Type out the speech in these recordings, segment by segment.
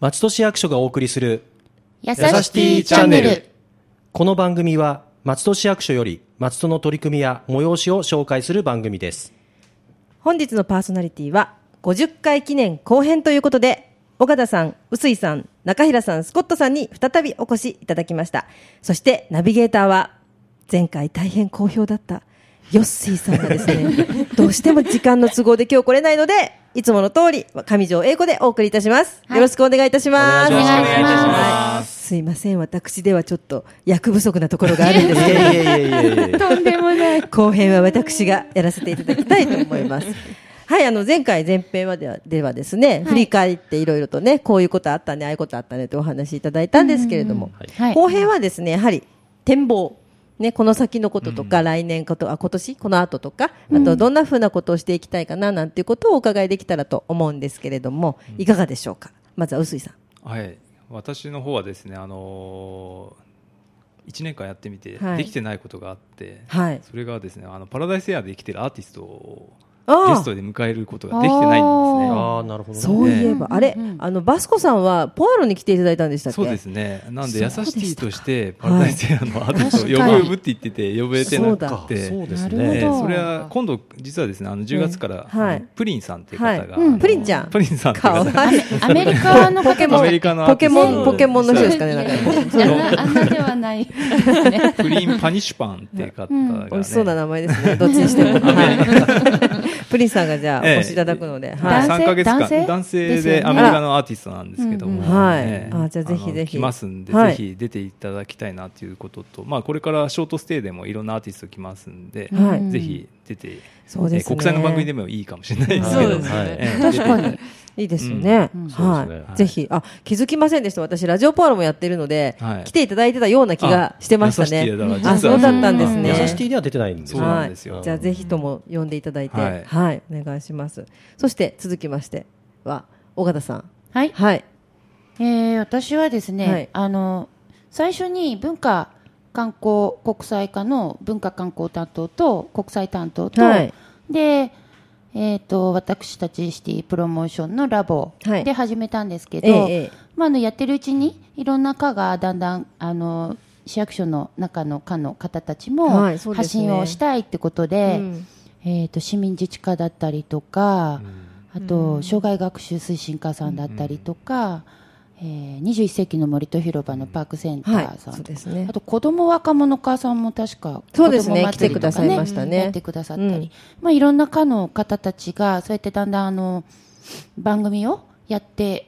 町と市役所がお送りするやさしティーチャンネル。この番組は松戸市役所より松戸の取り組みや催しを紹介する番組です本日のパーソナリティは50回記念後編ということで岡田さん、臼井さん、中平さん、スコットさんに再びお越しいただきましたそしてナビゲーターは前回大変好評だったヨッシーさんがです ねどうしても時間の都合で今日来れないのでいつもの通り上条英子でお送りいたします、はいよろしくお願いいたしますお願いしますお願いいたしはいすいません私ではちょっと役不足なところがあるんですけいれどえいえいえいえいえとんでもない。 後編は私がやらせていただきたいと思 います。はい、あの、前回、前編はではではですね、振り返っていろいろとね、こういうことあったね、ああいうことあったねとお話しいただいたんですけれども、はい後編はですね、やはり展望。ね、この先のこととか、来年こと、あ、今年、この後とか、あと、どんなふうなことをしていきたいかな、なんていうことをお伺いできたらと思うんですけれども、いかがでしょうかまずは、臼井さん。はい、私の方はですね、あのー、1年間やってみて、はいできてないことがあって、はいそれがですねあのパラダイスエアで生きてるアーティストをああゲストで迎えることができてないんですね。ああなるほどねそういえば、うんあれうんう、んあの、バスコさんは、ポアロに来ていただいたんでしたっけそうですねなんでそう優でしたかしティとしてパラダイスエアのアーティストをはい呼ぶ呼ぶって言ってて呼べてなあくそうて。ですなえるねほーどそれは今度実はですねあの10月から、はいあのプリンさんっていう方が、はいうんあのプリンちゃんプリンさんっていうか方わがいい。アメリカの方ポケモンアメリカのアポーテケィスモトン、ポケモンの人ですかね、なんかいやいやあんなあんなではないですね。プリンパニッシュパンっていう方が、ねうん美味しそうな名前 ですね、どっちにしても。はいプリンさんがじゃあ、おええ越しいただくので。男は性い。三ヶ月間男性でですよねアメリカのアーティストなんですけども、うんうんはいええあじゃあぜひぜひの来ますんで、はいぜひ出ていただきたいなということと、まあこれからショートステイでもいろんなアーティスト来ますんで、 はいぜひ出て、そうですねえ国際の番組でもいいかもしれないですけそうど、ですねええ確かに。いいですよねうんうん。そはうですねはいい。ぜひ、あ、気づきませんでした。私、ラジオポアロもやってるのでは、い来ていただいてたような気がしてましたあね優しいだから。実はあ、そうだったんですうんね。優しティでは出てないんですそうよなんですよはいじゃあ、ぜひとも呼んでいただいて、はいはい、お願いします。そして、続きましては、尾形さん。はい。はい。えー私はですね、はいあの最初に文化観光国際課の文化観光担当と国際担当と、はいで、えー、と私たちシティプロモーションのラボはいで始めたんですけど、ええええまあ、あのやってるうちにいろんな課がだんだんあの市役所の中の課の方たちもはいそうで発すね信をしたいってことで,、うんえー、と市民自治課だったりとか、あと障害学習推進課さんだったりとか、えー、21世紀の森と広場のパークセンタはーい。さんとか、そうですねあ。と子ども若者課さんも確かそうです子ね供祭りとか来てくださいましたねやってくださったり、うんまあ、いろんな課の方たちがそうやってだんだんあの番組をやって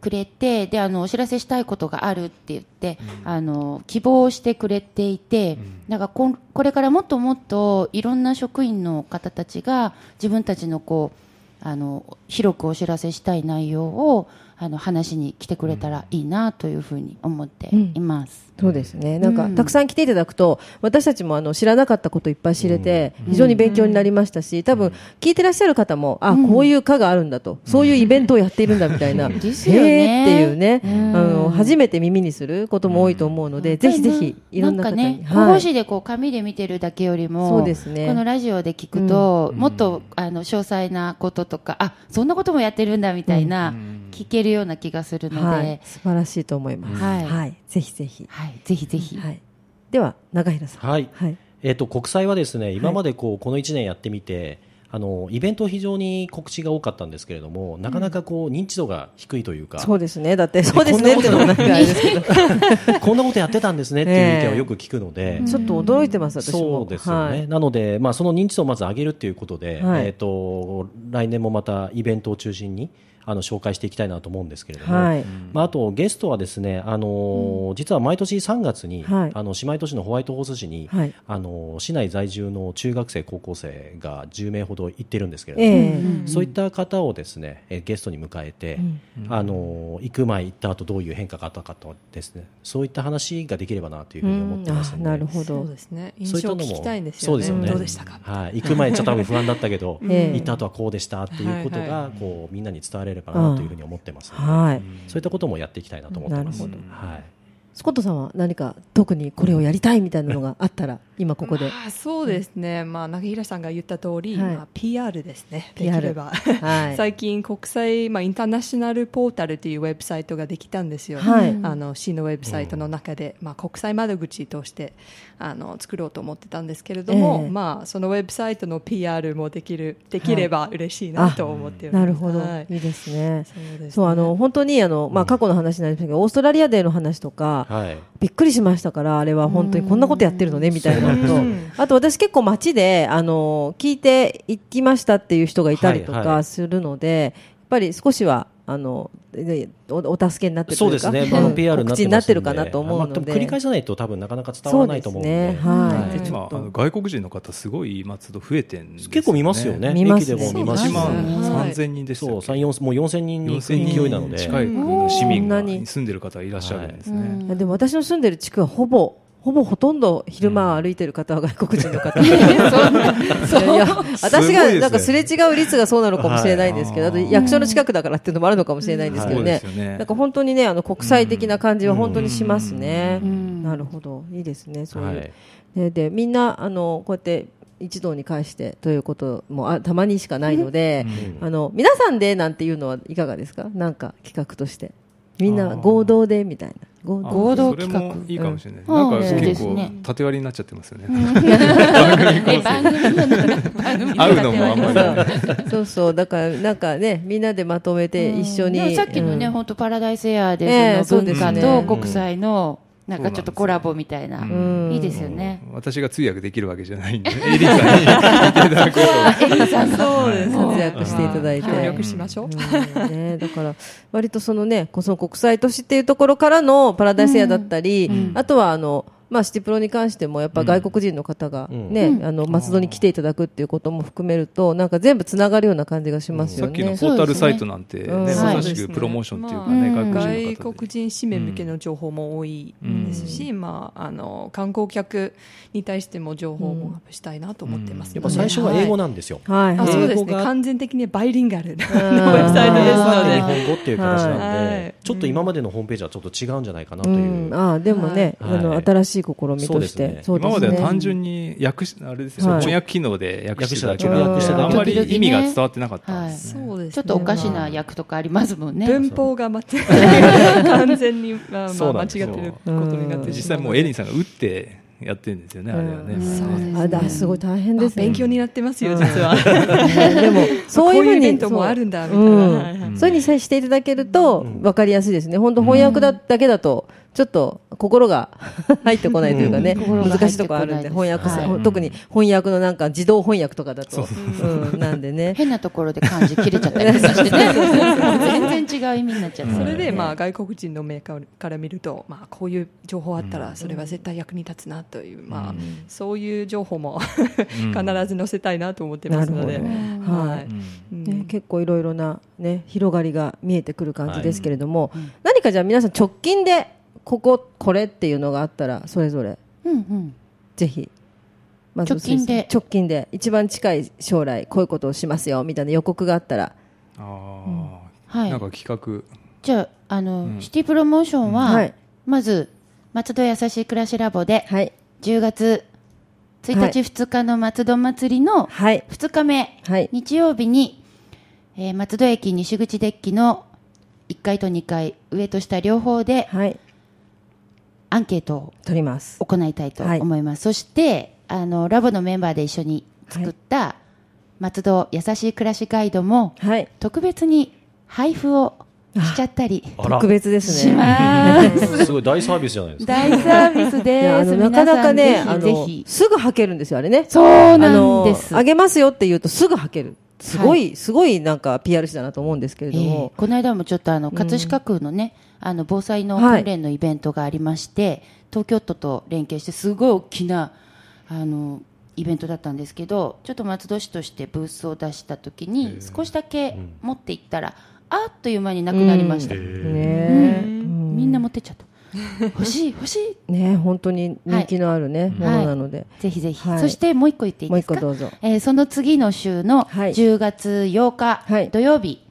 くれてであのお知らせしたいことがあるって言って、あの希望してくれていて、だからこんこれからもっともっといろんな職員の方たちが自分たちのこうあの広くお知らせしたい内容をあの話しに来てくれたらいいなというふうに思っています。そうですね。なんか、うんたくさん来ていただくと、私たちもあの知らなかったこといっぱい知れて、非常に勉強になりましたし、多分、聞いてらっしゃる方も、あ、こういう科があるんだと、そういうイベントをやっているんだみたいな、へーすよねっていうね、あうんの、初めて耳にすることも多いと思うので、ぜひぜひ、いろんな方なんかに。ね、はい保護士でこう紙で見てるだけよりも、そうですねこのラジオで聞くと、もっとあの詳細なこととか、あそんなこともやってるんだみたいな、聞けるような気がするので、ははいい、、素晴らしいと思います。ははいい。ぜひぜひ。ぜひぜひ。はい。では、中平さん。はいはい。えっと国際はですね今までこうこの1年やってみてあのイベント非常に告知が多かったんですけれどもなかなかこう認知度が低いというかそうですね。だって、そうですね。こんってなのこともなんかあれですけど、こんなことやってたんですねって いう意見をよく聞くのでちょっと驚いてます、私も。そうですよね、はいなので、まあ、その認知度をまず上げるということで、はいえー、と来年もまたイベントを中心にあの紹介していきたいなと思うんですけれども、はいまあ、あとゲストはですね、あのー実は毎年3月に、はいあの姉妹都市のホワイトホース市に、はいあのー市内在住の中学生、高校生が10名ほど行ってるんですけれども、ええそういった方をですね、えーゲストに迎えて、あのー行く前行った後どういう変化があったかとですね、そういった話ができればなというふうに思ってますあので、なるほそどう。ですね。そういっ印た象のをも聞きたいんですそようね。ですよね。どうでしたか。はい、行く前ちょっと多分不安だったけど、ええ行った後はこうでしたっていうことはいがこうみんなに伝われればなというふうに思ってますので、はい。そういったこともやっていきたいなと思ってます。なるはい。スコットさんは何か特にこれをやりたいみたいなのがあったら今ここ で。まあ、そうですね、まあ、中平さんが言った通り、はいまあ、PR ですね、で PR きれば。はい最近、国際、まあ、インターナショナルポータルというウェブサイトができたんですよ、はいあの市のウェブサイトの中で、まあ、国際窓口としてあの作ろうと思ってたんですけれども、ええまあ、そのウェブサイトの PR もできるできれば嬉しいなと思っておりますなるほど、はいい、いですね。そうですねそうあの本当にあのまあ過去の話になりますけど、オーストラリアでの話とか、はいびっくりしましたからあれは本当にこんなことやってるのねみたいなのそとうあと私結構街であの聞いて行きましたっていう人がいたりとはいはかいするので、やっぱり少しはあのえおお助けになってるとそういでうかすね、まあ、うん PR になっ告知てにますんなってでるかなと思うのまあで。も繰り返さないと多分なかなか伝わらないと思うんでそうですねはいはい今あの外国人の方すごい今都度増えてんですよね結構見ますよね見ますね駅でも見ます1しそうなん万ですねはい3000人でしたそうっけ3 4もう4000人に行く勢4000いなので人近い国の市民がうん住んでる方いらっしゃるんですね。 でも私の住んでる地区はほぼほぼほとんど昼間は歩いてる方は外国人の方、い やいや私すごいですがねなんかすれ違う率がそうなのかもしれないですけど、はいあと役所の近くだからっていうのもあるのかもしれないんですけどね,、そうですよねなんか本当にねあの国際的な感じは本当にしますね、んなるほどいいですねそういう、はいねでみんなあのこうやって一堂に会してということもあたまにしかないので、あの皆さんでなんていうのはいかがですかなんか企画としてみんな合同でみたいな合あ同同それ企画もいいかもしれない。うんなんかうん結そうです構ね縦割りになっちゃってますよね。え番組の中番組会うのもあんまりそうそうそうだからなんかねみんなでまとめて一緒に、でもさっきのね、うん本当パラダイスエアえでえその文そう化ですねと国際のなんかちょっとコラボみたいな、んいいですよね。私が通訳できるわけじゃないんで、エリさんに聞いていただくことを。そうですね活躍していただいて、協力しましょう、うんね、だから割とそのねこうその国際都市っていうところからのパラダイスエアだったり、あとはあのまあ、シティプロに関してもやっぱ外国人の方が、ねあの松戸に来ていただくっていうことも含めるとなんか全部つながるような感じがしますさよっね。きのポータルサイトなんてね、うんまはいさしくプロモーションっていうかね、まあ外国人の外方で国人市民向けの情報も多いですし、まあ、あの観光客に対しても情報もアップしたいなと思ってます、やっぱ最初は英語なんですよ、はいあはいそうです英語ねが完全的にバイリンガルなウんェブサイトですの日で本語っていう形なんで、はいちょっと今までのホームページはちょっと違うんじゃないかなというう、ん、ああでもね、はいあはのい新しい試みとして、そ今までは単に純に訳し、あれですよ、はい翻訳機能で訳してただけ訳なんで、してただけあんまり時々ね意味が伝わってなかったんはでいす。 そうですねちょっとおかしな役とかありますもんね。文法が間違って完全に、まあ、まそあうな間違んっですてよることになってで実際もうエリンさんが打ってやってるんですよね、あれはね。うんそうですねあだすごい大変ですね勉強になってますよ実は、でも、そういうふこうういうイに。ベントもあるんだみたいなはいはいうんそういうふうにさしていただけると、わかりやすいですね。本当翻訳だ、だけだと、ちょっと心が 入ってこないというかね、心が入ってこない難しいとこあるんで、翻訳さ、は特に翻訳のなんか自動翻訳とかだと、うん、なんでね。変なところで漢字切れちゃったりと かしてね。全然違う意味になっちゃって。それで、まあ、外国人のメーカーから見ると、まあ、こういう情報あったらそれは絶対役に立つなという、まあ、そういう情報も必ず載せたいなと思ってますのなで、るははいいね、結構いろいろな、ね、広がりが見えてくる感じですけれども、何かじゃあ皆さん直近でこここれっていうのがあったらそれぞれうんうん。ぜひ、まず直近で直近で一番近い将来こういうことをしますよみたいな予告があったらああ、はいなんか企画。じゃあ、あの、シティプロモーションは、はいまず、松戸やさしい暮らしラボで、はい10月1日、は2日の松戸祭りのはい2日目、はい日曜日に、えー松戸駅西口デッキの1階と2階、上と下両方ではいアンケートを取ります行いたいと思います、そしてあのラボのメンバーで一緒に作った松戸優しい暮らしガイドもはい特別に配布をしちゃったりあら特別ですねすごい大サービスじゃないですか 大サービスいやであすのなかなかね皆さあんのぜひぜひすぐ履けるんですよあれねそうあなんのですあげますよって言うとすぐ履けるすごい、すごいなんか PR したなと思うんですけれどえもえ、この間もちょっとあの葛飾区のね、あの防災のはい訓練のイベントがありまして、東京都と連携してすごい大きなあのイベントだったんですけどちょっと松戸市としてブースを出した時に少しだけ持っていったら、あっという間になくなりました、ねえみんな持ってっ ちゃった欲しい欲しいねえ本当に人気のあるね、ものなので、ぜひぜひ、はいそしてもう一個言っていいですかもう一個どうぞえーその次の週のはい10月8日、はい土曜日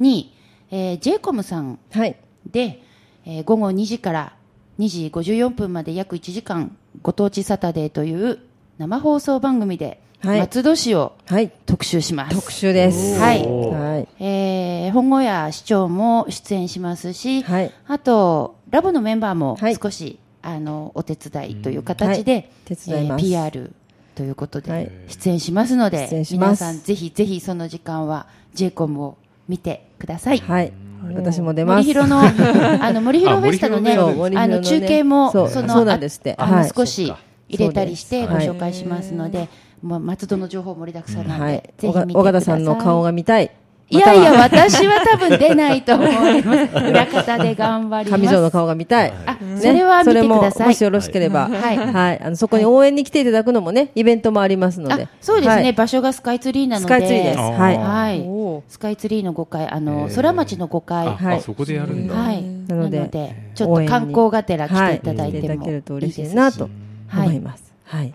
に、えー、JCOM さんはいで、えー午後2時から2時54分まで約1時間ご当地サタデーという生放送番組ではい松戸市をはい。特集します。特集です。はいはい。えー本郷屋市長も出演しますし、はいあとラボのメンバーもはい少し、あのお手伝いという形で、手伝いまえすー PR ということで、はい出演しますので出演します皆さんぜひぜひその時間は JCOM を見てください。はい。私も出ま森す。広 のあの森広フェスタのねあ森広ねのあの森広中のね継もそうのそうなんですってああのはい少し入れたりしてそうごです紹介しますので、まあ松戸の情報盛りだくさんなんで、はい。ぜひ見尾てくださ形い。尾形さんの顔が見たい。いやいや、または私は多分出ないと思います。裏方で頑張ります。上条の顔が見たい。あ、それは見てくだそれもさもいし。よろしければ、はいはい、あのそこに応援に来ていただくのもね、イベントもありますのであ、、そうですね、はい場所がスカイツリーなので。スカイツリーです。あーはい。はいおースカイツリーの5階、あの、へー空町の5階。あ、ははいあそこでやるんだ、い。ななののでで、ちょっと観光がてら来ていただい来ていてただもけるといい嬉しでいすなしとはい思います。はい。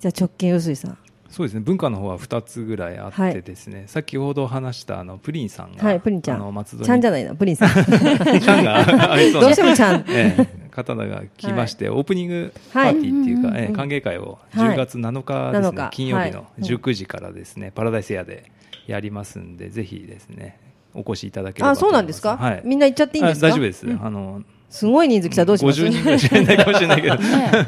じゃあ直近臼井さん。そうですね文化の方は2つぐらいあっはいてですね、先ほど話したあのプリンさんが、はい、プリンちゃあのん松戸。にちゃんじゃないな、プリン さん。ちゃんがありそどうなうしてもち ゃん。ええ方が来まして、オープニングパーティーっていうか、はいええ歓迎会をはい10月7日ですね、 7日金曜日はのい19時からですね、パラダイスエアでやりますんで、ぜひですね、お越しいただければあ、とそう思ないます。んですか、はい。みんな行っちゃっていいんですかあ大丈夫です。うんあの、すごい人数来たらどうします50人ぐらいしかいないかもしれない けど。ね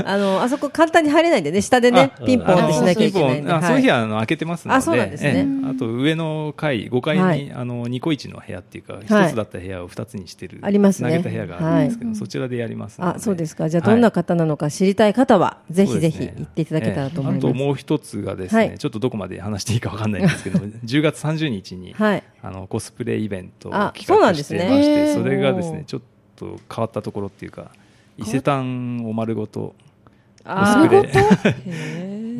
あの、あそこ簡単に入れないんでね、下でねあ、ピンポンってしなきゃいけないんで。あそういう日ははあの開けてますのであそうなんですねええあと上の階5階に、はいあのニコイチの部屋っていうか一、はいつだった部屋を二つにしてるありますね投げた部屋があるんですけど、そちらでやりますのであ、そうですか。じゃあ、どんな方なのか知りたい方は、ぜひぜそうひですね行っていただけたらと思います。ええあともう一つがですね、はいちょっとどこまで話していいかわかんないんですけ ど10月30日に、はい。あのコスプレイベントをあ企そうなん画でしすてねましてへーそれがですおーねちょっと変わったところっていうか伊勢丹を丸ごとあコスプレへ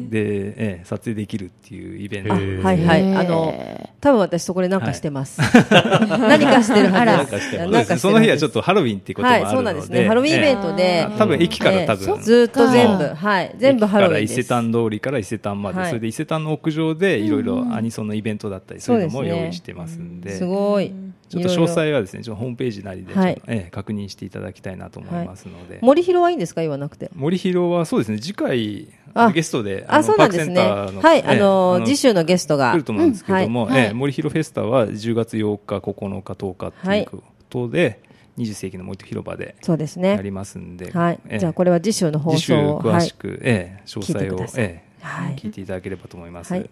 で、ええ撮影できるっていうイベントあではいえ。はいえーあの多分私そこで何かしてます。 何かしてるはずです。あらなんかしてますそうですねその日はちょっとハロウィンっていうこともあはるい、ので、そうなんですね。ハロウィンイベントえでえ、多分駅から多分、ええずーっと全部、はい、全部ハロウィンで駅から伊勢す。丹通りから伊勢丹まで、はいそれで伊勢丹の屋上でいろいろアニソンのイベントだったりそういうのも用意してますんで。すごい。ちょっといろい詳ろ細はですね、ちょっとホームページなりで、ちょっはいとええ確認していただきたいなと思いますので。森広はいいんですか言わなくて。森広はそうですね、次回あゲストで、あ、のそうなんですね。パークセンターのはい、ええあの次週のゲストが来ると思うんですけども、うんはいええ森広フェスタは10月8日、9日、10日ということで、20世紀の森と広場でそうですやね。りますんで、はいええ、じゃあこれは次週の放次週送を詳はしい、く、ええ詳細聞いてくだを、さいええはい聞いていただければと思います。はい。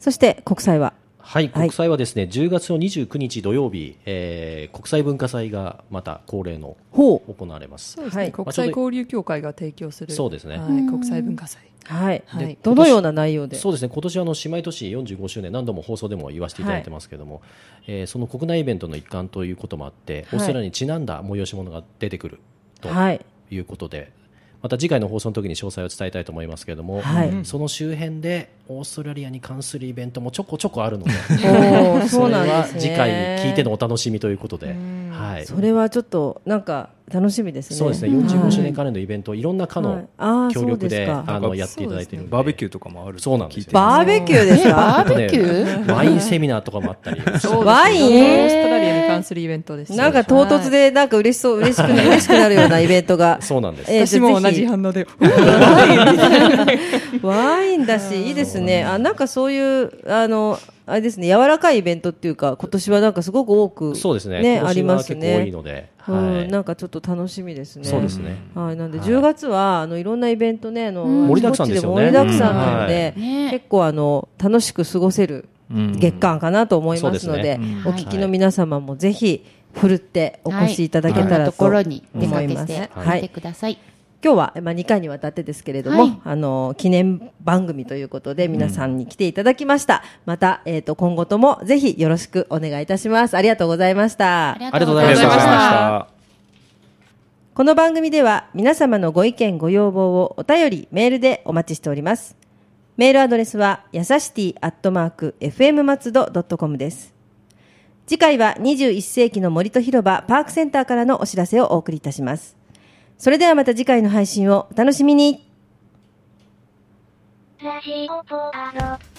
そして国際ははい、国際はですね、10月の29日土曜日、えー国際文化祭がまた恒例のほう行われますそう。ですね、はい国際交流協会が提供するそうですねはい国際文化祭はい、はいでどのような内容で。そうですね今年はあの姉妹都市45周年、何度も放送でも言わせていただいてますけども、えーその国内イベントの一環ということもあって、はいオーストラリアにちなんだ催し物が出てくるとはい。いうことで、また次回の放送の時に詳細を伝えたいと思いますけれども、はいその周辺でオーストラリアに関するイベントもちょこちょこあるので、おーそうれなんではすね。次回聞いてのお楽しみということで、はい、それはちょっとなんか楽しみですね。そうですねは45い周年関連のイベントをいろんな課はのいあー協力で,、そうですかあなんのかやっていただいてるバーベキュューーとかもあるそうなんですよ聞いてますバーベキューですえか。バーベキューね、ワインセミナーとかもあったり。ワイオン。ーストラリアに関するイベントですよなんか唐突でなんか嬉しそう嬉しくな嬉しくなるようなイベントが。 そうなんですえー私も同じじゃあ反応でぜひワインだしいいですね。あなんかそういうあのあれですね柔らかいイベントっていうか今年はなんかすごく多くそうですね。ね今あり年はます結構多ねい。ので、はういん。なんかちょっと楽しみですね。そうですね。はい、なんではい10月は、あのいろんなイベントね、あの、盛りだくさんですよねあちこち盛りだくさんなので、うんはいね結構あの楽しく過ごせる月間かなと思いそうまですすのねで、うんお聞きの皆様もぜひふるってお越しいただけはいたいろんならととこ思ろいに出かけます。てはみてい、ください。今日はまあ2回にわたってですけれども、はいあの記念番組ということで皆さんに来ていただきました。またえっ、と今後ともぜひよろしくお願いいたします。ありがとうございました。ありがとうごあざりいがまとうし。ございましたた。この番組では皆様のご意見ご要望をお便りメールでお待ちしておりますメールアドレスはやさしティアットマーク FM 松戸ドットコムです次回は21世紀の森と広場パークセンターからのお知らせをお送りいたしますそれではまた次回の配信をお楽しみにラジオポアド。